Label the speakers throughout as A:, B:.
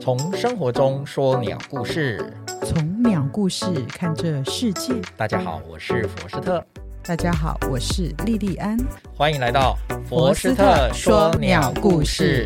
A: 从生活中说鸟故事。
B: 从鸟故事看这世界。
A: 大家好，我是佛斯特，
B: 大家好，我是莉莉安。
A: 欢迎来到
B: 佛斯特说鸟故事。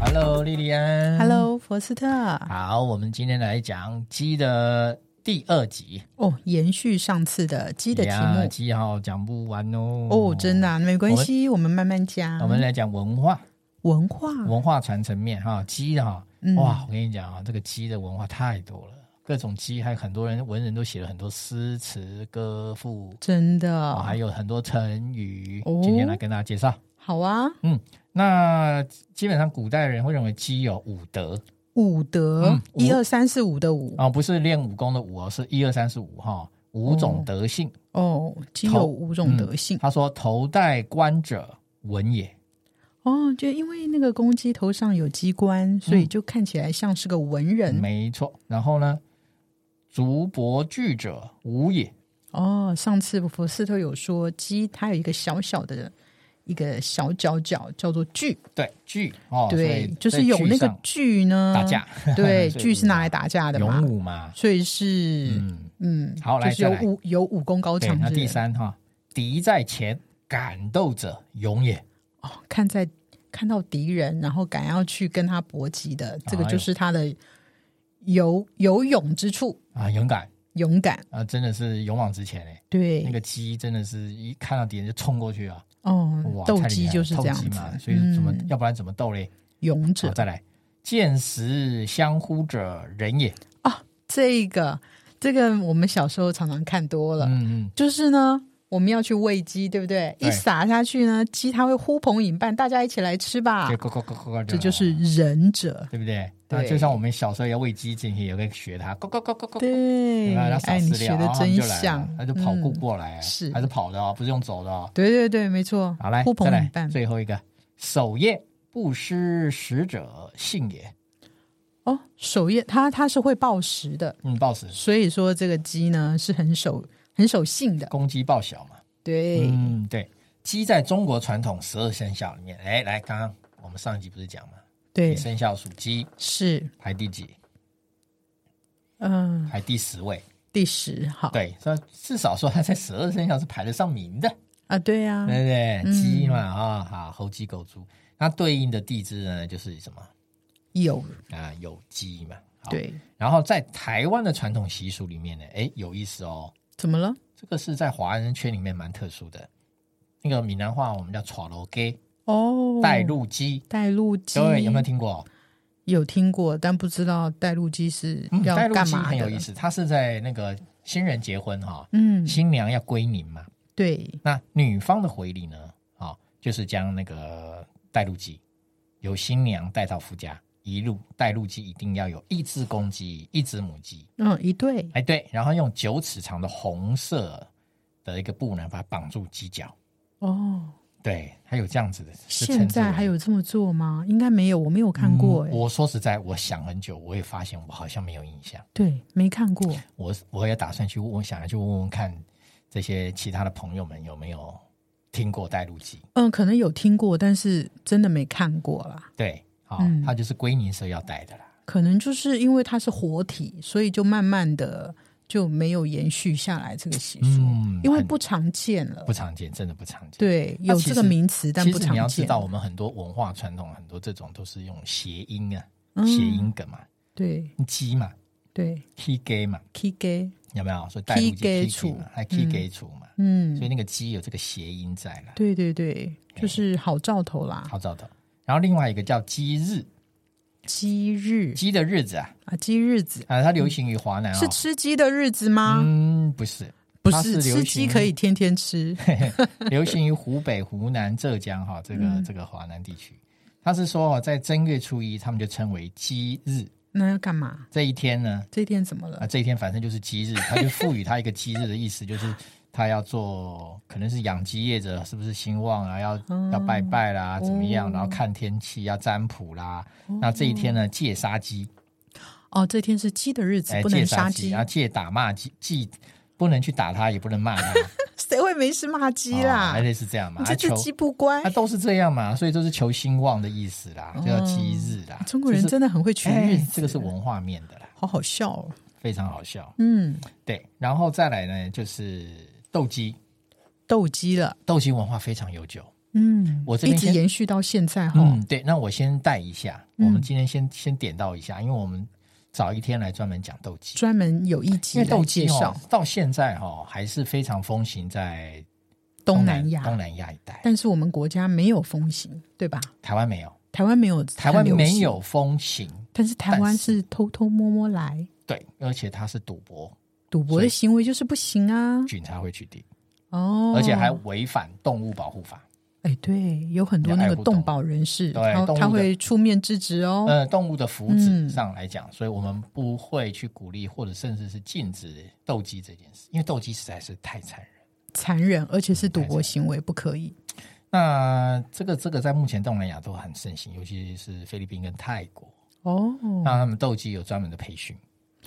A: Hello，莉莉安。
B: Hello，佛斯特。
A: 好，我们今天来讲鸡的第二集。
B: 哦，延续上次的鸡的题
A: 呀
B: 目。
A: 鸡好讲不完哦。
B: 哦，真的、。啊、啊没关系，我们慢慢讲。
A: 我们来讲文化，
B: 文化，
A: 文化传承面哈，鸡哈，
B: 嗯
A: 哇，我跟你讲啊，这个鸡的文化太多了，各种鸡，还有很多人文人都写了很多诗词歌赋，
B: 真
A: 啊，还
B: 的
A: 有很多成语
B: 嗯哦，
A: 今天来跟大家介绍。
B: 好啊。
A: 那基本上古代人会认为鸡有五德
B: 武德
A: 嗯，武
B: 一二三四五的五。
A: 啊，不是练武功的武哦，是一二三四五哈，五种德性。
B: 哦，鸡
A: 头
B: 有五种德性。
A: 他说：“头戴冠者文也。
B: 哦，就因为那个公鸡头上有鸡冠，所以就看起来像是个文”人。
A: 没错。然后呢，足博具者武也。
B: 哦，上次福斯特有说鸡它有一个小小的一个小角角叫做锯，
A: 对，具哦，所
B: 对
A: 以，
B: 就是有那
A: 在
B: 个锯呢
A: 打架，
B: 对，
A: 所以
B: 锯是拿来打架的嘛
A: 勇，武嘛。
B: 所以是
A: 嗯，
B: 嗯，
A: 好来
B: 就是有
A: 再来
B: 武有武功高
A: 对。
B: 强
A: 那
B: 之
A: 第
B: 人
A: 三哈，敌在前，敢斗者勇也。
B: 哦，看在看到敌人，然后敢要去跟他搏击的，这个
A: 哎呦
B: 就是他的有有勇之处，
A: 啊，勇敢
B: 勇敢，
A: 啊，真的是勇往直前哎、
B: 对
A: 那，个鸡真的是一看到敌人就冲过去啊，
B: 哦
A: 哇，，
B: 斗
A: 太厉
B: 鸡
A: 害了
B: 就是
A: 斗
B: 这样
A: 鸡
B: 子
A: 嘛，，所以怎么、
B: 嗯
A: 要不然怎么斗嘞？
B: 勇
A: 好，
B: 者
A: 再来，见识相呼者人也。
B: 这个这个我们小时候常常看多了，
A: 嗯嗯，
B: 就是呢，我们要去喂鸡，对不对？
A: 对
B: 一撒下去呢，鸡它会呼朋引伴，大家一起来吃吧
A: 对，。咕咕咕咕咕，
B: 这就是忍者，
A: 对不对？
B: 对
A: 那就像我们小时候要喂鸡进去，也会学它咕咕咕咕咕咕。
B: 对，
A: 然后
B: 哎，
A: 哦撒
B: 你
A: 饲
B: 学
A: 料，
B: 的
A: 然后它们
B: 真
A: 就来
B: 像
A: 了，，它就跑过
B: 嗯
A: 过来，
B: 是
A: 它是跑的哦，不是用走的哦。
B: 对对对，没错。
A: 好，来
B: 呼
A: 再
B: 朋引
A: 来
B: 伴。
A: 最后一个，守夜不失食者信也。
B: 哦，守夜它它是会报时的，
A: 嗯，暴食，
B: 所以说这个鸡呢是很守很守信的。
A: 公鸡报晓嘛。
B: 对，
A: 嗯，对，鸡在中国传统十二生肖里面，哎，来，刚刚我们上一集不是讲嘛，
B: 对
A: 你，生肖属鸡
B: 是，
A: 排第几？
B: 嗯，
A: 排第十位。
B: 第十好
A: 对，所以至少说它在十二生肖是排得上名的，
B: 啊，对呀，
A: 对不对？
B: 嗯
A: 鸡嘛，啊、好，猴鸡狗猪，那对应的地支呢，就是什么
B: 有
A: 啊？有鸡嘛。好，
B: 对，
A: 然后在台湾的传统习俗里面呢，哎，有意思哦，
B: 怎么了？
A: 这个是在华人圈里面蛮特殊的。那个闽南话我们叫“炒楼鸡”，
B: 哦，
A: 带路鸡，
B: 带路鸡，
A: 各位有没有听过？
B: 有听过，但不知道带路鸡是
A: 嗯，
B: 要
A: 带路
B: 干
A: 鸡
B: 嘛的。
A: 很有意思，它是在那个新人结婚哈、
B: 嗯，
A: 新娘要归宁嘛，
B: 对，
A: 那女方的回礼呢，啊、就是将那个带路鸡由新娘带到夫家，一路带路鸡一定要有一只公鸡，一只母鸡，
B: 嗯，一对，
A: 哎对，然后用九尺长的红色的一个布呢，把它绑住鸡脚，
B: 哦，
A: 对，还有这样子的，是
B: 现
A: 称之
B: 在
A: 为
B: 还有这么做吗？应该没有，我没有看
A: 嗯
B: 过、哎、
A: 我说实在，我想很久，我也发现我好像没有印象。
B: 对，没看过，
A: 我我也打算去问，我想要去问问看这些其他的朋友们有没有听过带路鸡。
B: 嗯，可能有听过，但是真的没看过啦。
A: 对，好、
B: 嗯
A: 它就是归宁时候要带的啦。
B: 可能就是因为它是活体，所以就慢慢的就没有延续下来这个习俗，
A: 嗯
B: 因为
A: 很
B: 不常见了
A: 不。常见，真的不常见。
B: 对，
A: 那
B: 有
A: 其
B: 这个
A: 实
B: 名词，但
A: 其
B: 不
A: 实你
B: 常
A: 要知
B: 见。
A: 道，我们很多文化传统，很多这种都是用谐音啊，
B: 嗯
A: 谐音梗嘛，
B: 对
A: 鸡嘛
B: 对
A: k gay 嘛，
B: ，K G，
A: 有没有？所以带路鸡
B: K-gay
A: K
B: 处
A: 嘛，还哎 k gay 处嘛，
B: 嗯
A: 所以，那个鸡有这个谐音在啦，
B: 对对对，
A: 对
B: 就是好兆头啦。
A: 嗯好找到。然后另外一个叫鸡日，
B: 鸡日
A: 鸡的日子啊，
B: 啊，鸡日子
A: 啊，它流行于华南哦。
B: 是吃鸡的日子吗？
A: 嗯，不是，
B: 不
A: 它
B: 是，
A: 是流
B: 吃鸡
A: 行
B: 可以天天吃。
A: 流行于湖北、湖南、浙江哈，这个、
B: 嗯
A: 这个华南地区。他是说哦，在正月初一，他们就称为鸡日。
B: 那要干嘛？
A: 这一天呢，
B: 这一天怎么
A: 啊，
B: 了？
A: 这一天反正就是鸡日，他就赋予它一个鸡日的意思，就是他要做，可能是养鸡业者是不是兴旺啊，要、
B: 嗯
A: 要拜拜啦，怎么样，
B: 哦
A: 然后看天气，要占卜啦。那这一天呢，戒杀鸡，
B: 哦，这天
A: 哎
B: 是鸡的日子，不能
A: 戒
B: 杀
A: 杀然后戒打骂鸡，忌不能去打它，也不能骂它。
B: 谁会没事骂鸡啦？
A: 哦类似这样嘛，
B: 你这只
A: 求
B: 鸡不乖
A: 啊，，都是这样嘛，所以都是求兴旺的意思啦，叫吉日啦。
B: 哦啊中国人
A: 这是
B: 真的很会取
A: 哎
B: 日子，
A: 这个是文化面的啦，
B: 好好笑哦。
A: 非常好笑。
B: 嗯，
A: 对，然后再来呢，就是斗鸡，
B: 斗鸡了，
A: 斗鸡文化非常悠久。
B: 嗯，
A: 我这
B: 一
A: 边
B: 直
A: 先
B: 延续到现在哈、
A: 嗯，对，那我先带一下，
B: 哦嗯
A: 我们今天先先点到一下，因为我们早一天来专门讲斗鸡，
B: 专门有一集
A: 因为
B: 来
A: 斗
B: 介
A: 鸡
B: 绍
A: 哦，到现在哈、哦、还是非常风行在
B: 东
A: 南
B: 南亚，
A: 东南亚一带，
B: 但是我们国家没有风行，对吧？
A: 台湾没有，
B: 台湾没有，
A: 台湾没，有风行，
B: 但是台湾
A: 但
B: 是偷偷摸摸来
A: 对，而且它是赌博，
B: 赌博的行为，就是不行啊。
A: 警察会去定，
B: 哦，
A: 而且还违反动物保护法。
B: 哎，对，有很多那
A: 爱
B: 个
A: 护动
B: 动
A: 物
B: 保人士，
A: 对
B: 他
A: 动物
B: 他
A: 的
B: 会出面制止哦。
A: 呃，动物的福祉
B: 嗯
A: 上来讲，所以我们不会去鼓励或者甚至是禁止斗鸡这件事，因为斗鸡实在是太残忍。
B: 残忍，而且是赌博行为，不可以。
A: 那这个这个在目前东南亚都很盛行，尤其是菲律宾跟泰国，
B: 哦，
A: 那他们斗鸡有专门的培训，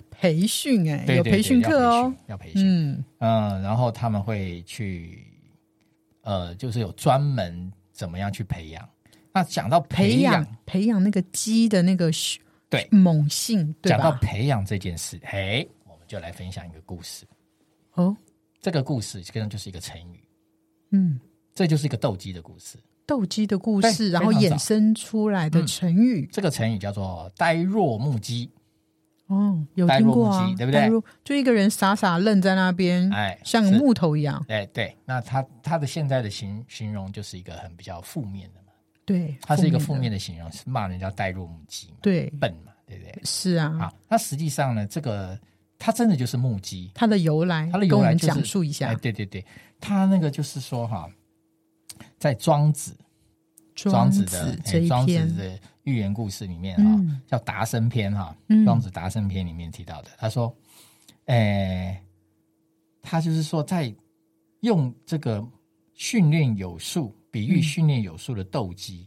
B: 培训哎、
A: 对
B: 有
A: 对
B: 培
A: 对
B: 训
A: 要
B: 课哦
A: 训。要培训。
B: 嗯，
A: 嗯，然后他们会去，呃，就是有专门怎么样去培养。那讲到
B: 培
A: 培
B: 养培养那个鸡的那个血
A: 对
B: 猛性，对
A: 讲到
B: 吧？
A: 培养这件事，哎，我们就来分享一个故事。
B: 哦，
A: 这
B: 这
A: 个故事实际上就是一个成语，
B: 嗯，
A: 这就是一个斗鸡的故事。
B: 斗鸡的故
A: 对
B: 事，然后
A: 非常
B: 衍
A: 早嗯
B: 生出来的成语，
A: 这个成语叫做“呆若木鸡
B: 哦，有
A: 呆
B: 听
A: 若木
B: 过啊
A: 鸡，对不对
B: 呆若？就一个人傻傻愣在那边”。，
A: 哎，
B: 像
A: 是
B: 木头一样。
A: 哎对，那它它的现在的形形容就是一个很比较负面的嘛，
B: 对，
A: 它是一个
B: 负
A: 负
B: 面的。
A: 面的形容，是骂人家呆若木鸡嘛，
B: 对，
A: 笨嘛，对不对？
B: 是啊，
A: 好，那实际上呢，这个它真的就是木鸡，
B: 它的由来，
A: 它的
B: 跟
A: 由
B: 我
A: 来
B: 们
A: 就是
B: 讲述一下
A: 哎，。对对对，它那个就是说哈，在庄子庄
B: 子
A: 子的
B: 这
A: 哎
B: 一
A: 庄子
B: 篇，
A: 的寓言故事里面啊、
B: 嗯
A: 叫《达生篇》哈、
B: 嗯
A: 庄子《达生篇》里面提到的，他说，诶、他就是说在用这个训练有素、比喻
B: 嗯
A: 训练有素的斗鸡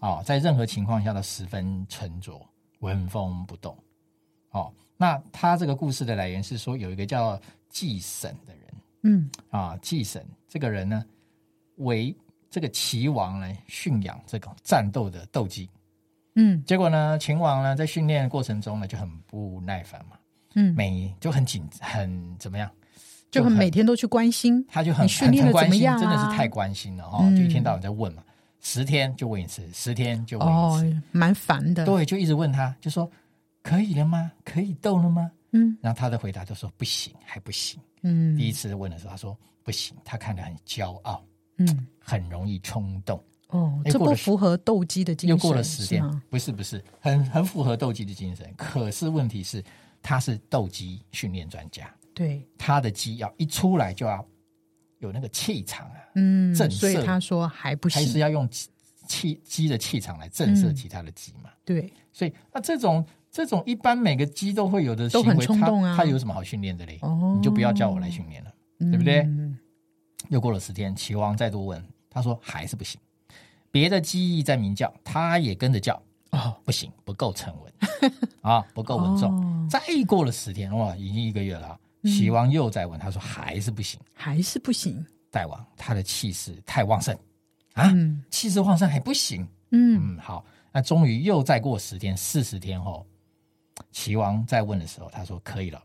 A: 哦，在任何情况下都十分沉着，纹风不动。哦，那他这个故事的来源是说，有一个叫季沈的人，
B: 嗯，
A: 啊，季神这个人呢，为这个齐王呢驯养这种战斗的斗鸡。
B: 嗯
A: 结果呢，秦王呢在训练的过程中呢就很不耐烦嘛，
B: 嗯，
A: 每就很紧，很怎么样，
B: 就很每天都去关心，
A: 他就很
B: 你训练
A: 很
B: 得
A: 关
B: 怎么
A: 心，
B: 样啊
A: 真的是太关心了哈、
B: 嗯
A: 就一天到晚在问嘛，十天就问一次，十天就问一
B: 哦
A: 次，，
B: 蛮烦的。，
A: 对，就一直问他，就说可以了吗？可以斗了吗？
B: 嗯
A: 然后他的回答就说不行，还不行。
B: 嗯
A: 第一次问的时候，他说不行，他看得很骄傲，
B: 嗯，
A: 很容易冲动。
B: 哦，
A: 哎
B: 这
A: 过
B: 不
A: 了十
B: 符合斗鸡的精神，
A: 又过了十
B: 是
A: 天
B: 吗？，
A: 不是不是，很很符合斗鸡的精神。可是问题是，他是斗鸡训练专家，
B: 对，
A: 他的鸡要一出来就要有那个气场啊，
B: 嗯，
A: 震
B: 所以
A: 慑
B: 他说还不
A: 还是
B: 行，
A: 要用气气鸡的气场来震慑
B: 嗯
A: 其他的鸡嘛。
B: 对，
A: 所以那这种这种一般每个鸡都会有的行
B: 都很
A: 为，
B: 冲动啊
A: 它它有什么好训练的嘞？
B: 哦，
A: 你就不要叫我来训练了。
B: 对
A: 不对
B: 嗯
A: 又过了十天，齐王再度问，他说还是不行。别的鸡在鸣叫，他也跟着叫，
B: 哦，
A: 不行，不够沉稳 啊，不够稳重。
B: 哦
A: 再过了十天，哇，已经一个月了啊。
B: 嗯
A: 齐王又在问，他说还是不行。
B: 还是不行。
A: 大王他的气势太旺盛啊，
B: 嗯
A: 气势旺盛还不行。
B: 嗯
A: 嗯，好，那终于又再过十天，四十天后，齐王再问的时候，他说可以了。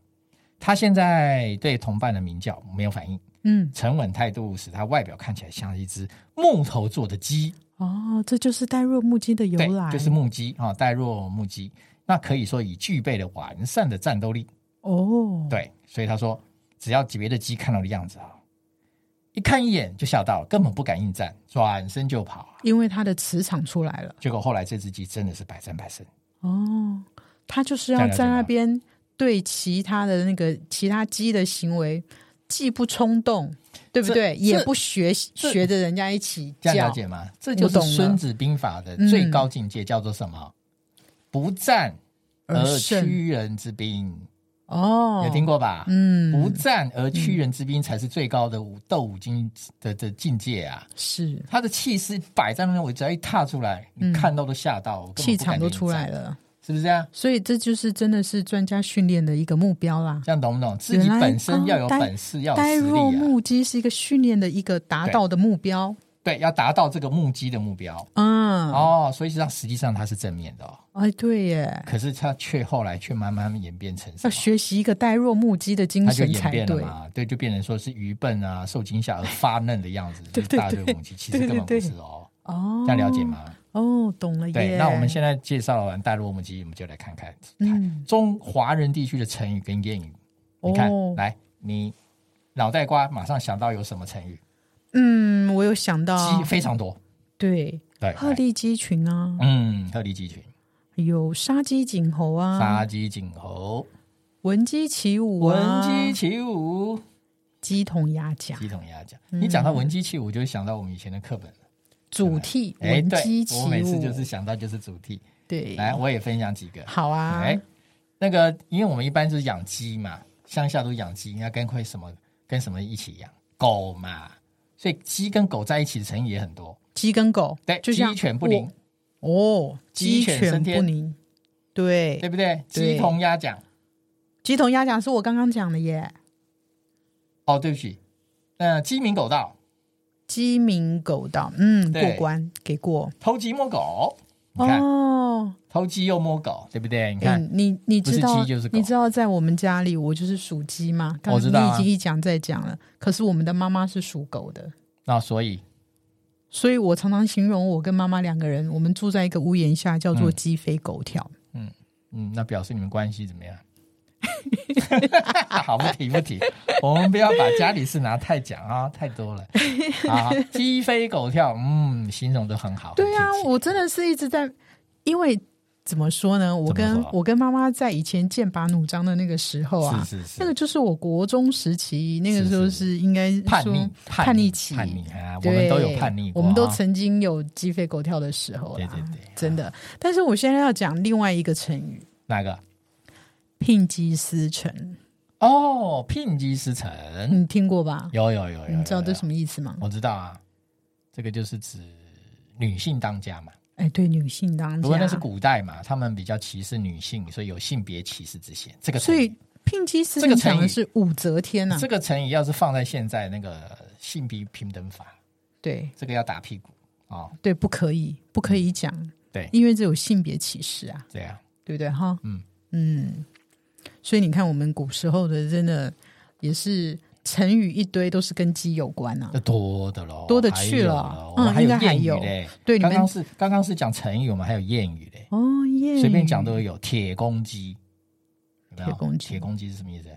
A: 他现在对同伴的鸣叫没有反应，
B: 嗯，
A: 沉稳态度使他外表看起来像一只木头做的鸡。
B: 哦，这就是呆若木鸡的由
A: 对，
B: 来，
A: 就是木鸡啊，呆若木鸡。那可以说已具备了完善的战斗力。
B: 哦，，
A: 对，所以他说，只要别的鸡看到的样子啊，一看一眼就吓到了，根本不敢应战，转身就跑啊。
B: 因为它的磁场出来了，
A: 结果后来这只鸡真的是百战百胜，
B: 哦，它就是
A: 这
B: 要
A: 样了解
B: 在
A: 吗
B: 那边对其他的那个其他鸡的行为，既不冲动，对不
A: 这
B: 对？
A: 这
B: 也不学
A: 这
B: 学着人家一起
A: 这样
B: 叫
A: 了，解吗？这就是《
B: 我哦懂了
A: 孙子兵法》的
B: 嗯
A: 最高境界，叫做什么？不战而
B: 而胜
A: 屈人之兵，
B: 哦，
A: 有呃听过吧？
B: 嗯，
A: 不战而屈人之兵才是最高的武斗武经的的境界啊！
B: 是
A: 他的气势摆在那边，我只要一踏出来，你
B: 嗯
A: 看到都吓到，我根本
B: 气
A: 不敢
B: 场都
A: 跟你
B: 出
A: 战
B: 来了，
A: 是是不是这样？
B: 所以这就是真的是专家训练的一个目标啦。
A: 这样懂不懂？自己
B: 原来
A: 本身要有
B: 哦呆
A: 本事，要有
B: 呆
A: 实
B: 若
A: 力啊，
B: 木鸡是一个训练的一个达到的目标。
A: 对，要达到这个目击的目标。
B: 嗯，
A: 哦，所以实际上实际上它是正面的、哦，
B: 哎，对耶，
A: 可是它却后来却慢慢演变成什
B: 要
A: 么？
B: 学习一个呆若木鸡的精
A: 它就
B: 神
A: 演
B: 才
A: 变了
B: 对。
A: 嘛，对，就变成说是愚笨啊，受惊吓而发嫩的样子， 就
B: 对
A: 是大
B: 对
A: 队
B: 对
A: 母鸡，其实
B: 对对
A: 根本不
B: 对
A: 是哦，
B: 哦，
A: 这样了解？吗？
B: 哦，懂了耶。
A: 对，那我们现在介绍完大陆母鸡，我们就来看看
B: 嗯
A: 中华人地区的成语跟谚语。你看，
B: 哦
A: 来，你脑袋瓜马上想到有什么成语？
B: 嗯，我有想到
A: 鸡，非常多，
B: 对，
A: 对，
B: 鹤立鸡群啊，
A: 嗯，鹤立鸡群，
B: 有杀鸡儆猴啊
A: 杀，鸡儆猴，
B: 闻鸡起舞
A: 闻
B: 啊，
A: 鸡起舞。
B: 鸡同鸭讲，
A: 鸡同鸭讲。
B: 嗯
A: 你讲到闻鸡起舞，我就想到我们以前的课本了。
B: 主题
A: 哎，
B: 闻
A: 对，
B: 鸡起
A: 我每次
B: 舞，
A: 就是想到就是主题。
B: 对，
A: 来，我也分享几个。
B: 好啊，
A: 哎，那个，因为我们一般就是养鸡嘛，乡下都养鸡，应该跟会什么跟什么一起养狗嘛，所以鸡跟狗在一起的成语也很多。
B: 鸡跟狗，
A: 对，
B: 就像
A: 鸡犬不宁，
B: 哦，
A: 鸡
B: 鸡
A: 犬
B: 犬
A: 升
B: 不
A: 天
B: 宁，对
A: 对，不对？
B: 对
A: 鸡同鸭讲。
B: 鸡同鸭讲是我刚刚讲的耶，
A: 哦，对不起，那鸡鸣狗盗，
B: 鸡鸣狗盗，嗯，
A: 对
B: 过关给过
A: 偷鸡摸狗。你看，
B: 哦。
A: 偷鸡又摸狗，对不对？你
B: 哎
A: 看，
B: 你你
A: 不是
B: 知道
A: 鸡就是狗
B: 你知道在我们家里我就是属鸡嘛，刚
A: 我知道啊
B: 你已经一讲再讲了，可是我们的妈妈是属狗的。
A: 那所以
B: 所以我常常形容我跟妈妈两个人，我们住在一个屋檐下，叫做鸡飞狗跳。
A: 嗯，那表示你们关系怎 么样？好，不提不提，我们不要把家里事拿太讲啊，太多了。啊，鸡飞狗跳，嗯，形容的很好。
B: 对啊
A: 很贴，切
B: 我真的是一直在，因为怎么说呢？我
A: 怎
B: 跟
A: 么说啊
B: 我跟妈妈在以前剑拔弩张的那个时候啊，
A: 是是是
B: 那个就是我国中时期，那个时候
A: 是是
B: 是应该
A: 叛
B: 说
A: 逆
B: 叛逆期，
A: 叛逆啊，我
B: 对
A: 们都有叛逆过啊，
B: 我们都曾经有鸡飞狗跳的时候啦，
A: 对对对
B: 真的。但是我现在要讲另外一个成语
A: 哪个？
B: “聘鸡司晨
A: 嗯哦，聘鸡司”，晨，
B: 你听过吧？
A: 有有有有有，
B: 嗯你知道这什
A: 么？
B: 么意思吗？
A: 我知道啊，这个就是指女性当家嘛。
B: 哎，对，女性当家，
A: 不过那是古代嘛，他们比较歧视女性，所以有性别歧视之嫌。这个
B: 所
A: 成语
B: 以聘妻司
A: 这个
B: 晨
A: 成
B: 讲的
A: 语
B: 是武则天啊呐、
A: 这个成语要是放在现在，那个性别平等法，
B: 对
A: 这个要打屁股哦，
B: 对，不可以，不可以讲，
A: 对
B: 因为这有性别歧视啊，
A: 这样
B: 对不对哈？
A: 嗯
B: 嗯，所以你看，我们古时候的真的也是成语一堆，都是跟鸡有关啊
A: 那。多的喽，
B: 多的去了
A: 还有咯
B: 嗯
A: 我们还有
B: 应该还
A: 谚
B: 有
A: 语嘞。
B: 对，你
A: 刚
B: 们
A: 刚是刚刚是讲成语，我们还有谚语嘞，
B: 哦耶，
A: 随便讲都有。铁公鸡，有没有
B: 铁公鸡
A: 铁公鸡是什么意思？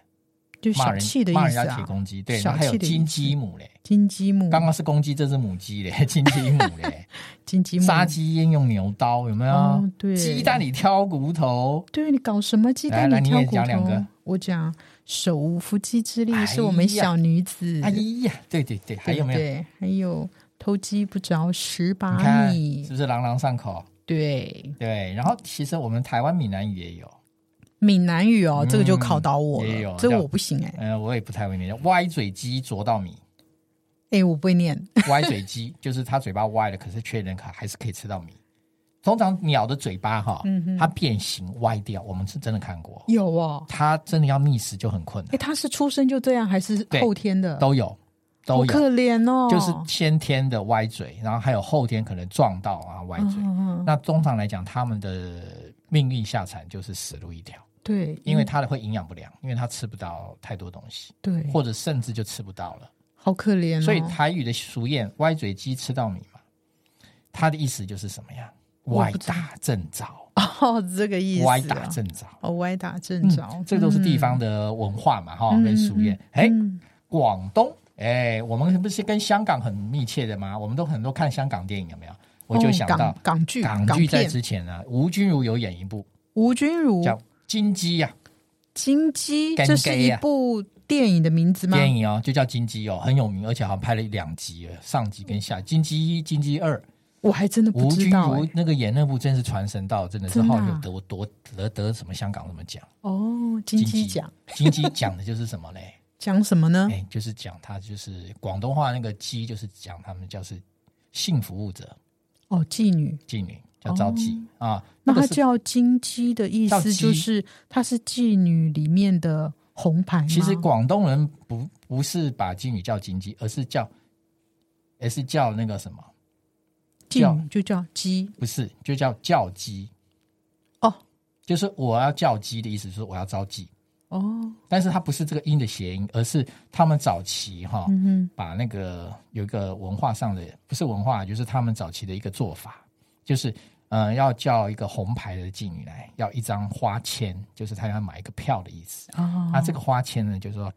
B: 就
A: 骂
B: 小
A: 人
B: 气的意
A: 骂人
B: 思
A: 家铁
B: 啊，
A: 公鸡，对，
B: 小
A: 然后还有
B: 气的意思
A: 金鸡母嘞。
B: 金鸡母，
A: 刚刚是公鸡，这是母鸡嘞， 金鸡母嘞。
B: 金鸡 母
A: 杀鸡焉用牛刀？有没有
B: 哦？对
A: 鸡蛋里挑骨头。
B: 对你搞什么鸡
A: 来
B: 蛋
A: 来
B: 里
A: 你
B: 挑
A: 也
B: 骨
A: 讲两
B: 头
A: 个？
B: 我讲手无缚鸡之力
A: 哎
B: 是我们
A: 呀
B: 小女子。
A: 哎呀，对对对，还有没有？
B: 对不对？还有偷鸡不着蚀
A: 你
B: 把
A: 看
B: 米
A: 是，不是朗朗上口？
B: 对，
A: 对，然后其实我们台湾闽南语也有，
B: 闽南语哦，
A: 嗯
B: 这个就考倒我
A: 也有
B: 了，这
A: 叫
B: 我不行哎、
A: 呃，我也不太会念，歪嘴鸡啄到米，
B: 哎、我不会念，
A: 歪嘴鸡就是它嘴巴歪了，可是确认可还是可以吃到米。通常鸟的嘴巴哈，
B: 嗯
A: 它变形歪掉，我们是真的看过，
B: 有哦，
A: 它真的要觅食就很困
B: 哎、
A: 难，
B: 他是出生就这样还是
A: 对
B: 后天的？
A: 都有都
B: 好
A: 有，
B: 可怜哦，
A: 就是先天的歪嘴，然后还有后天可能撞到啊歪嘴。
B: 嗯嗯嗯
A: 那通常来讲，他们的命运下场就是死路一条。
B: 对，
A: 因为它的会营养不良，因为它吃不到太多东西，
B: 嗯对，
A: 或者甚至就吃不到了。
B: 好可怜哦，
A: 所以台语的俗谚“歪嘴鸡吃到米”嘛，它的意思就是什么呀？
B: 我
A: 歪
B: 不知道
A: 打正着，
B: 哦这个意思、啊，
A: 歪打正着。
B: 哦歪打正着、
A: 嗯，这都是地方的文化嘛，哈、跟俗谚。哎、
B: 嗯
A: 广东，哎，我们不是跟香港很密切的吗？我们都很多看香港电影，有没有？我就
B: 哦
A: 想
B: 港
A: 到
B: 港剧
A: 港剧在
B: 片，哦
A: 之前呢，吴君如有演一部
B: 吴君如
A: 叫《金鸡》啊呀，
B: 金鸡，
A: 干
B: 这是
A: 杯
B: 一
A: 啊
B: 部电影的名字吗？
A: 电影哦，就叫《金鸡》哦，很有名，而且好像拍了两集了，上集跟下集《金鸡一》《金鸡二》。
B: 我还真的嗯不
A: 吴
B: 知
A: 君
B: 道、哎
A: 如那个演那部真是传神到，真的是
B: 真的
A: 好
B: 啊
A: 有得得得得什么香港什么奖。
B: 哦，金鸡
A: 鸡
B: 奖，
A: 金鸡讲的就是什么嘞？
B: 讲什么呢？
A: 哎，就是讲他就是广东话那个鸡，就是讲他们叫是性服务者
B: 哦，妓女，
A: 妓女，叫赵姬、啊。
B: 哦那
A: 个
B: 它
A: 是
B: 叫金鸡的意
A: 叫
B: 思就
A: 鸡
B: 是它是妓女里面的红牌吗？
A: 其实广东人不不是把金鱼叫金鸡，而是叫，而是叫那个什么，
B: 妓女就叫鸡
A: 不是就叫叫鸡，
B: 哦
A: 就是我要叫鸡的意思，就是我要招妓。
B: 哦，
A: 但是它不是这个音的谐音，而是他们早期哈、
B: 嗯哼，
A: 把那个有一个文化上的不是文化，就是他们早期的一个做法，就是呃要叫一个红牌的妓女来，要一张花签，就是他要买一个票的意思。啊
B: 哦，
A: 那、这个花签呢，就是说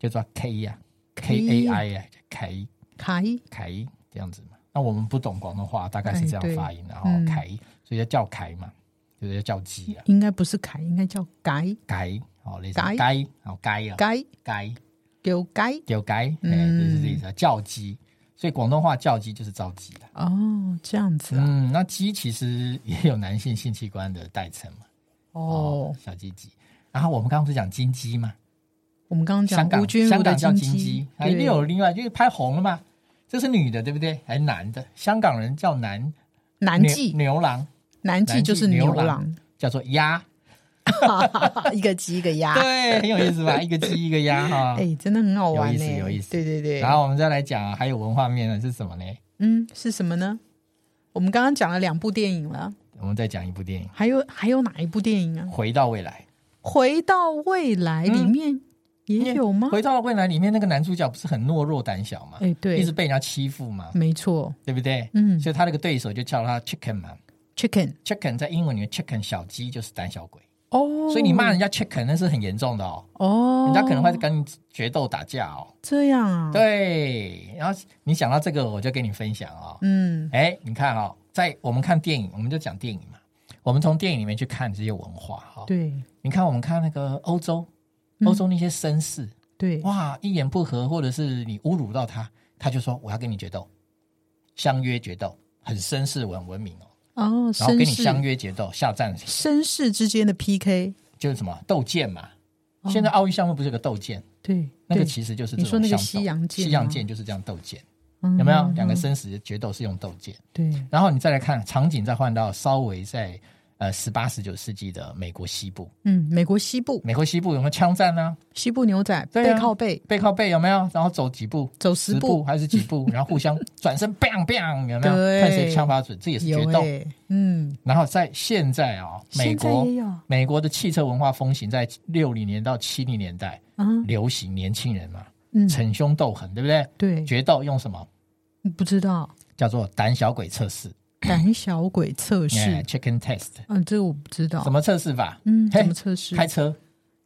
A: 叫做 K 呀、
B: K
A: k A I 呀、k
B: 凯
A: 凯这样子嘛。那我们不懂广东话，大概是这
B: 哎对
A: 样发音的哈，
B: 嗯
A: 凯，所以要叫凯嘛，就是要叫鸡啊，
B: 应该不是凯，应该叫改
A: 凯哦，类似
B: 改
A: 该哦该啊
B: 改
A: 该
B: 有改
A: 叫该，哎，
B: 嗯
A: 就是这意思啊，叫鸡。所以广东话叫鸡就是召鸡的。
B: 哦，这样子啊，
A: 嗯，那鸡其实也有男性性器官的代称嘛，
B: 哦，
A: 小鸡鸡。然后我们刚刚不是讲金鸡嘛，
B: 我们刚刚
A: 香
B: 讲吴
A: 港
B: 君
A: 香
B: 如
A: 港
B: 的
A: 叫金
B: 鸡
A: 鸡，，还
B: 对
A: 有另外就是拍红了嘛，这是女的对不对？还是男的？香港人叫男
B: 南
A: 牛
B: 记，
A: 牛郎，
B: 南记
A: 南
B: 就
A: 记
B: 是
A: 牛
B: 牛
A: 郎
B: 郎，
A: 叫做鸭，
B: 一个鸡一个鸭，
A: 对，很啊有意思吧？一个鸡一个鸭哈。
B: 哎，真的很好玩
A: 有意思
B: 呢，
A: 有意思
B: 对对对，
A: 然后我们再来讲啊，还有文化面呢是什么呢？
B: 嗯，是什么呢？我们刚刚讲了两部电影了，
A: 我们再讲一部电影
B: 还有还有哪一部电影啊？
A: 《回到未来
B: 回到未来
A: 嗯
B: 里面》，也有吗？
A: 回到未来里面那个男主角不是很懦弱胆小嘛，
B: 哎，
A: 一
B: 对
A: 直，被人家欺负嘛，
B: 没错，
A: 对不对？
B: 嗯
A: 所以他那个对手就叫他 Chicken 嘛
B: ，Chicken，
A: ，Chicken 在英文里面 Chicken 小鸡就是胆小鬼，
B: 哦，
A: 所以你骂人家 Chicken 那是很严重的哦，
B: 哦，
A: 人家可能会跟你决斗打架哦。
B: 这样啊，，
A: 对，然后你想到这个，我就跟你分享哦。
B: 嗯，
A: 哎，你看哦，在我们看电影，我们就讲电影嘛，我们从电影里面去看这些文化哈、哦。
B: 对
A: 你看，我们看那个欧洲，
B: 嗯
A: 欧洲那些绅士，
B: 对，
A: 哇，一言不合或者是你侮辱到他，他就说我要跟你决斗，相约决斗，很绅士文文明哦。
B: 哦，
A: 然后跟
B: 绅
A: 你相
B: 士
A: 约决斗，下战
B: 绅士之间的 PK，
A: 就是什么斗剑嘛。
B: 哦
A: 现在奥运项目不是有个斗剑，
B: 对，
A: 那个
B: 对
A: 其实就是
B: 你
A: 这
B: 说
A: 种
B: 那个
A: 相斗
B: 西洋剑
A: 西洋
B: 吗
A: 剑就是这样斗剑，
B: 嗯
A: 有没有？
B: 嗯
A: 两个
B: 嗯
A: 生死决斗是用斗剑。
B: 对，
A: 然后你再来看场景，再换到稍微在呃十八十九世纪的美国西部，
B: 嗯，美国西部
A: 美国西部有没有枪战呢、
B: 西部牛仔
A: 对啊
B: 背靠背
A: 背靠背有没有？然后走几步？
B: 走十
A: 步
B: 步，
A: 还是几 步？然后互相转身，bang bang，有没有？
B: 对
A: 看谁枪法准，这也是决
B: 有
A: 斗。
B: 哎，嗯，
A: 然后在现在啊、美
B: 现在
A: 国
B: 也有啊，
A: 美国的汽车文化风行在六零年到七零年代流行，年轻人嘛，
B: 嗯，
A: 逞凶斗狠，对不对？
B: 对，
A: 决斗用什么？
B: 不 知道
A: 叫做胆小鬼测试，
B: 胆小鬼测
A: 哎
B: 试，
A: ，chicken test。
B: 嗯，这个我不知道
A: 什，么测试法？
B: 嗯，
A: 嘿
B: 怎么测试？
A: 开车，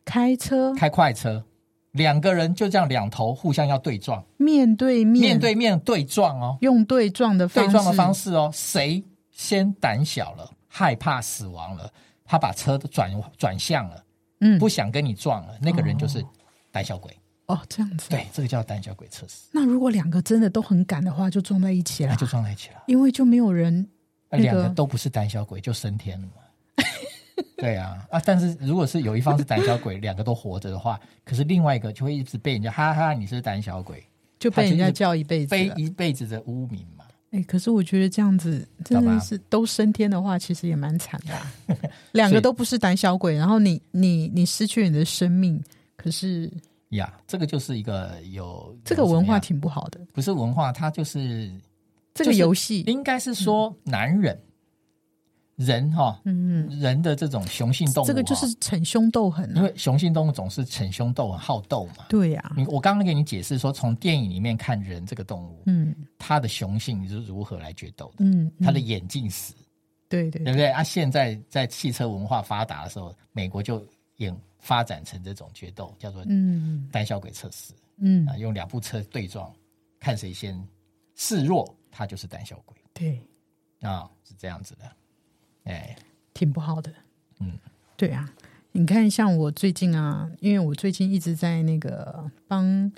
B: 开车
A: 开快车，两个人就这样两头互相要对撞，
B: 面对面
A: 面对面对撞哦，
B: 用对撞的
A: 对撞的方
B: 式，
A: 式哦，谁先胆小了，害怕死亡了，他把车都转转向了，
B: 嗯，
A: 不想跟你撞了，那个人就是胆小鬼。
B: 哦，这样子。
A: 对，这个叫胆小鬼测试，
B: 那如果两个真的都很赶的话，就撞在一起
A: 那
B: 了，
A: 哎就撞在一起了。
B: 因为就没有人
A: 那
B: 哎那个
A: 两个都不是胆小鬼，就升天了嘛。对啊，啊，但是如果是有一方是胆小鬼，两个都活着的话，可是另外一个就会一直被人家哈哈，你是胆小鬼，
B: 就被
A: 他
B: 人家
A: 就是
B: 叫一啊辈子
A: 背
B: 了。
A: 一辈子的污名嘛。
B: 哎，可是我觉得这样子真
A: 干
B: 的
A: 嘛
B: 是都升天的话，其实也蛮惨的啊、 两个都不是胆小鬼，然后你你你失去你的生命，可是
A: 呀，这个就是一个有
B: 这个文化
A: 有什么
B: 挺不好的
A: 样。不是文化，它就是
B: 这个
A: 就是
B: 游戏，
A: 应该是说男人、人哈、
B: 嗯，
A: 人的这种雄性动物哈，
B: 这个就是逞凶斗狠
A: 因
B: 啊。
A: 为雄性动物总是逞凶斗狠、好斗嘛。
B: 对呀、
A: 你我刚刚给你解释说，从电影里面看人这个动物，
B: 嗯
A: 它的雄性是如何来决斗的，
B: 嗯，嗯
A: 它的眼镜死，
B: 对对
A: 对不对？啊，现在在汽车文化发达的时候，美国就演发展成这种决斗，叫做
B: 嗯
A: 胆小鬼测试。
B: 嗯
A: 啊，，用两部车对撞，看谁先示弱，他就是胆小鬼
B: 对，
A: 啊，是这样子的。哎，
B: 挺不好的。
A: 嗯，
B: 对啊，你看，像我最近啊，因为我最近一直在那个帮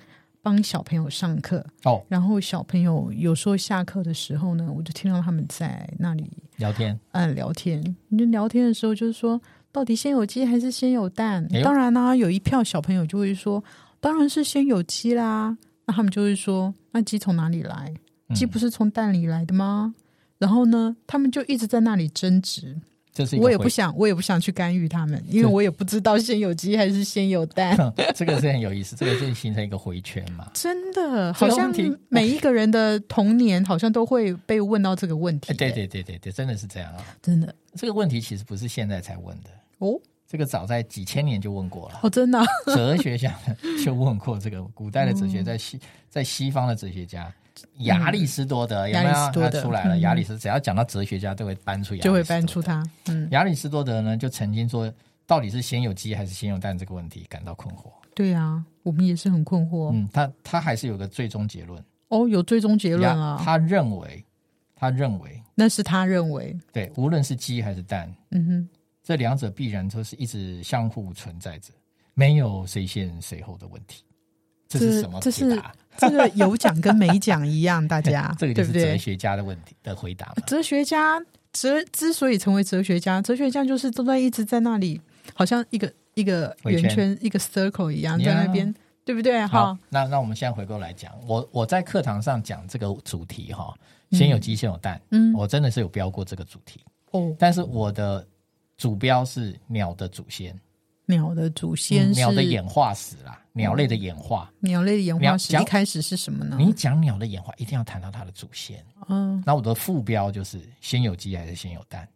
B: 帮小朋友上课，
A: 哦，
B: 然后小朋友有时候下课的时候呢，我就听到他们在那里
A: 聊天，
B: 嗯聊天。你就聊天的时候，就是说到底先有鸡还是先有蛋？
A: 哎呦
B: 当然啦、有一票小朋友就会说，当然是先有鸡啦。那他们就会说，那鸡从哪里来？
A: 嗯
B: 鸡不是从蛋里来的吗？然后呢，他们就一直在那里争执。
A: 这是一个
B: 我也不
A: 回
B: 想，我也不想去干预他们，因为我也不知道先有鸡还是先有蛋。
A: 这个是很有意思，这个是形成一个回圈 嘛。
B: 真
A: 这
B: 的，好
A: 个
B: 像
A: 问题哦
B: 每一个人的童年好像都会被问到这个问题、
A: 哎，对，对对对对，真的是这样啊。
B: 真的
A: 这个问题其实不是现在才问的，
B: 哦
A: 这个早在几千年就问过了。
B: 哦，真的啊、
A: 哲学家呢就问过这个古代的哲学，在
B: 嗯
A: 西在西方的哲学家亚里士多德有没有？
B: 亚里士多
A: 他
B: 德
A: 出来了，
B: 嗯
A: 亚里士只要讲到哲学家，都会搬出亚里士
B: 就
A: 多德
B: 会搬出它。嗯，
A: 亚里士多德呢，就曾经说，到底是先有鸡还是先有蛋这个问题感到困惑。
B: 对啊，我们也是很困惑。
A: 嗯，他他还是有个最终结论，
B: 哦，有最终结论
A: 亚
B: 啊，
A: 他认为，他认为，
B: 那是他认为。
A: 对，无论是鸡还是蛋，
B: 嗯哼，
A: 这两者必然都是一直相互存在着，没有谁先谁后的问题。这
B: 这
A: 是什么
B: 这是
A: 回答？
B: 这个有奖跟没奖一样，大家
A: 这个就
B: 对不
A: 是哲
B: 对？
A: 学家的问题的回答嘛。
B: 哲学家哲之所以成为哲学家，哲学家就是都在一直在那里，好像一个一个
A: 回圈
B: 圆圈一个 circle 一样，
A: Yeah
B: 在那边对不对？
A: 好
B: 哈，，
A: 那那我们现在回过来讲，我我在课堂上讲这个主题哈，先有鸡先有蛋，
B: 嗯
A: 我真的是有标过这个主题，
B: 哦，
A: 但是我的主标是鸟的祖先，嗯
B: 鸟的祖先是
A: 鸟的演化史啦，
B: 嗯
A: 鸟类的演化。
B: 鸟类的演化
A: 鸟
B: 史
A: 讲
B: 一开始是什么呢？
A: 你讲鸟的演化，一定要谈到它的祖先。
B: 嗯，
A: 那我的副标就是先有鸡还是先有蛋？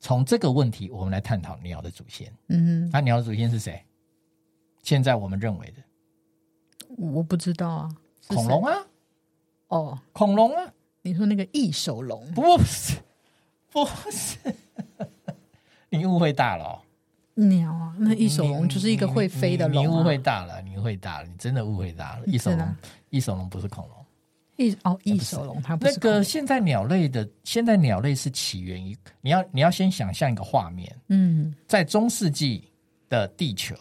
A: 从这个问题，我们来探讨鸟的祖先。
B: 嗯，
A: 那鸟的祖先是谁？现在我们认为的
B: 我不知道啊，是
A: 恐
B: 谁
A: 龙啊，
B: 哦，
A: 恐龙啊，
B: 你说那个异手龙，
A: 不是，不是， 你误会大了、哦。
B: 鸟啊，那异手龙
A: 你
B: 就是一个会飞的
A: 你你
B: 龙、
A: 你嗯
B: 啊，
A: 误会大了，你误会大了，你真的误会大了。一手
B: 真的
A: 龙
B: 啊，
A: 一手龙不是恐龙。
B: 异哦异手龙，它不
A: 那
B: 是恐
A: 个
B: 龙
A: 现在鸟类的，现在鸟类是起源于，你要你要先想象一个画面，
B: 嗯，
A: 在中世纪的地球，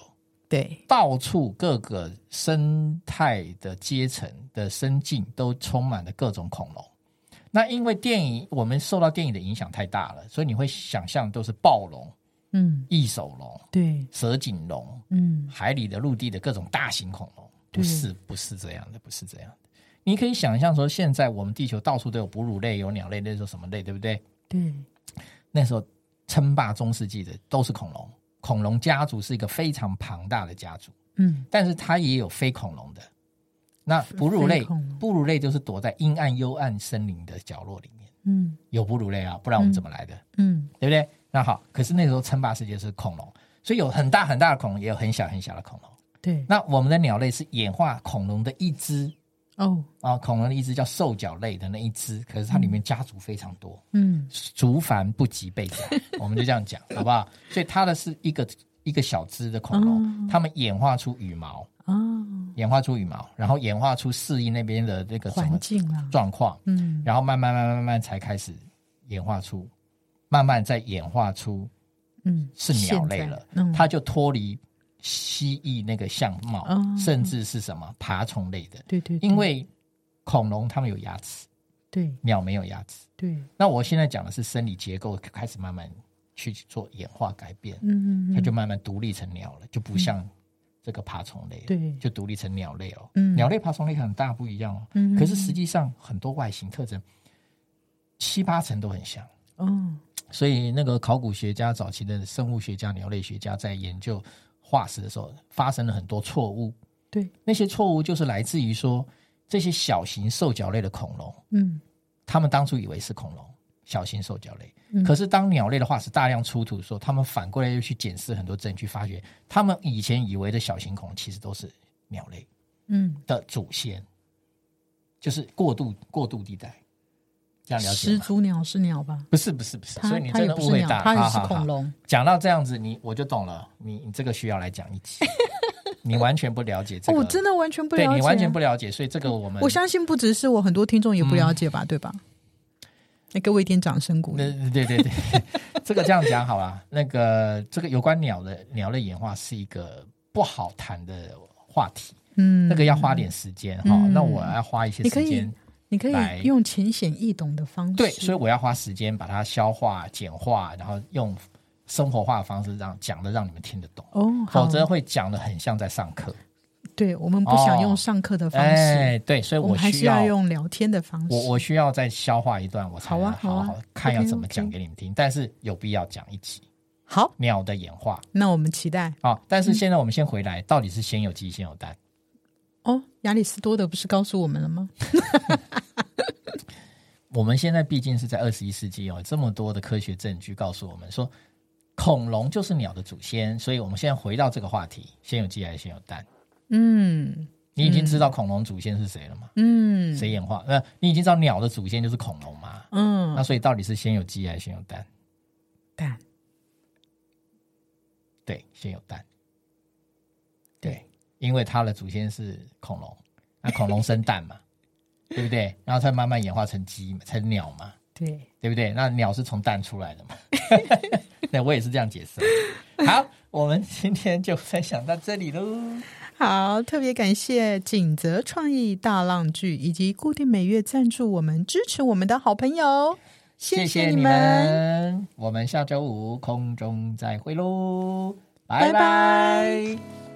B: 对，
A: 到处各个生态的阶层的生境都充满了各种恐龙。那因为电影，我们受到电影的影响太大了，所以你会想象都是暴龙、
B: 嗯，
A: 异手龙、
B: 对，
A: 蛇颈龙、
B: 嗯，
A: 海里的、陆地的各种大型恐龙，不
B: 对
A: 是不是这样的，不是这样的。你可以想象说，现在我们地球到处都有哺乳类、有鸟类，那时候什么类，对不对？
B: 对，
A: 那时候称霸中世纪的都是恐龙，恐龙家族是一个非常庞大的家族，
B: 嗯，
A: 但是它也有非恐龙的。那哺乳类
B: 非恐龙，
A: 哺乳类就是躲在阴暗幽暗森林的角落里面，
B: 嗯，
A: 有哺乳类啊，不然我们怎么来的？
B: 嗯，
A: 对不对？那好，可是那时候称霸世界是恐龙，所以有很大很大的恐龙，也有很小很小的恐龙。
B: 对，
A: 那我们的鸟类是演化恐龙的一只
B: 哦，
A: 啊，恐龙的一只叫兽脚类的那一只，可是它里面家族非常多，
B: 嗯，
A: 族繁不及备 载，我们就这样讲好不好？所以它的是一个一个小只的恐龙，它们演化出羽毛，
B: 哦，
A: 演化出羽毛，然后演化出适应那边的那个什么
B: 环境啦，
A: 状况，
B: 嗯，
A: 然后慢慢慢慢慢慢才开始演化出，慢慢再演化出
B: 嗯，
A: 是鸟类
B: 现在
A: 了，
B: 嗯，
A: 它就脱离蜥蜴那个相貌，
B: 哦
A: 甚至是什么爬虫类的，
B: 对对，对
A: 因为恐龙它们有牙齿，
B: 对
A: 鸟没有牙齿。
B: 对，
A: 那我现在讲的是生理结构开始慢慢去做演化改变，
B: 嗯，嗯
A: 它就
B: 嗯
A: 慢慢独立成鸟了，就不像这个爬虫类了，
B: 对
A: 就独立成鸟类了。
B: 嗯
A: 鸟类、爬虫类很大不一样哦，
B: 嗯
A: 可是实际上很多外形特征七八成都很像。
B: 哦，
A: 所以那个考古学家、早期的生物学家、鸟类学家在研究化石的时候，发生了很多错误。
B: 对，
A: 那些错误就是来自于说，这些小型兽脚类的恐龙，
B: 嗯，
A: 他们当初以为是恐龙，小型兽脚类。
B: 嗯
A: 可是当鸟类的化石大量出土的时候，他们反过来又去检视很多证据，发觉他们以前以为的小型恐龙其实都是鸟类
B: 嗯，
A: 的祖先，就是过渡过渡地带。这样了解
B: 始
A: 吗？
B: 祖鸟是鸟吧？
A: 不是不是不是，
B: 它
A: 所以你
B: 它
A: 真
B: 也
A: 的
B: 不
A: 误
B: 是
A: 会
B: 鸟，
A: 大。
B: 它也
A: 好
B: 是
A: 好好
B: 恐龙。
A: 讲到这样子，你我就懂了。你你这个需要来讲一 集，你完全不了解这
B: 哦，
A: 个，
B: 我真的完全不了
A: 对
B: 解，嗯
A: 你完全不了解，嗯所以这个我们
B: 我相信不只是我，很多听众也不了解吧，对吧？那给我一点掌声鼓
A: 那
B: 励。
A: 对对对，这个这样讲好了。那个这个有关鸟的鸟类演化是一个不好谈的话题，
B: 嗯，
A: 那个要花点时间哈、
B: 嗯
A: 那我要花一些
B: 你可
A: 时
B: 以
A: 间，
B: 你可
A: 来
B: 以用浅显易懂的方式。
A: 对，所以我要花时间把它消化、简化，然后用生活化的方式让讲的让你们听得懂，
B: 哦，好
A: 否则会讲的很像在上课。
B: 对我们不想用上课的方式，
A: 哦哎，对，所以
B: 我们还是
A: 需要
B: 要用聊天的方式。
A: 我我需要再消化一段，我才
B: 好
A: 能
B: 啊好
A: 好
B: 啊
A: 好看要
B: OK，
A: 怎么
B: OK
A: 讲给你们听。但是有必要讲一集
B: 好，
A: 鸟的演化
B: 那我们期待
A: 啊、但
B: 嗯
A: 是现在我们先回来，到底是先有鸡先有蛋？
B: 哦。亚里士多德不是告诉我们了吗？
A: 我们现在毕竟是在二十一世纪，有这么多的科学证据告诉我们说，恐龙就是鸟的祖先。所以我们现在回到这个话题，先有鸡还是先有蛋？
B: 嗯
A: 你已经知道恐龙祖先是谁了吗？
B: 嗯
A: 谁演化？那你已经知道鸟的祖先就是恐龙嘛？那
B: 嗯，
A: 所以到底是先有鸡还是先有蛋？
B: 蛋
A: 对，先有蛋。对，因为它的祖先是恐龙，那恐龙生蛋嘛，对不对？然后才慢慢演化成鸡嘛，成鸟嘛，
B: 对，
A: 对不对？那鸟是从蛋出来的嘛？ 那我也是这样解释。好，我们今天就分享到这里喽。
B: 好，特别感谢锦泽创意大浪剧以及固定每月赞助我们、支持我们的好朋友，
A: 谢
B: 谢
A: 你
B: 们，
A: 们，我们下周五空中再会喽，
B: 拜拜
A: 拜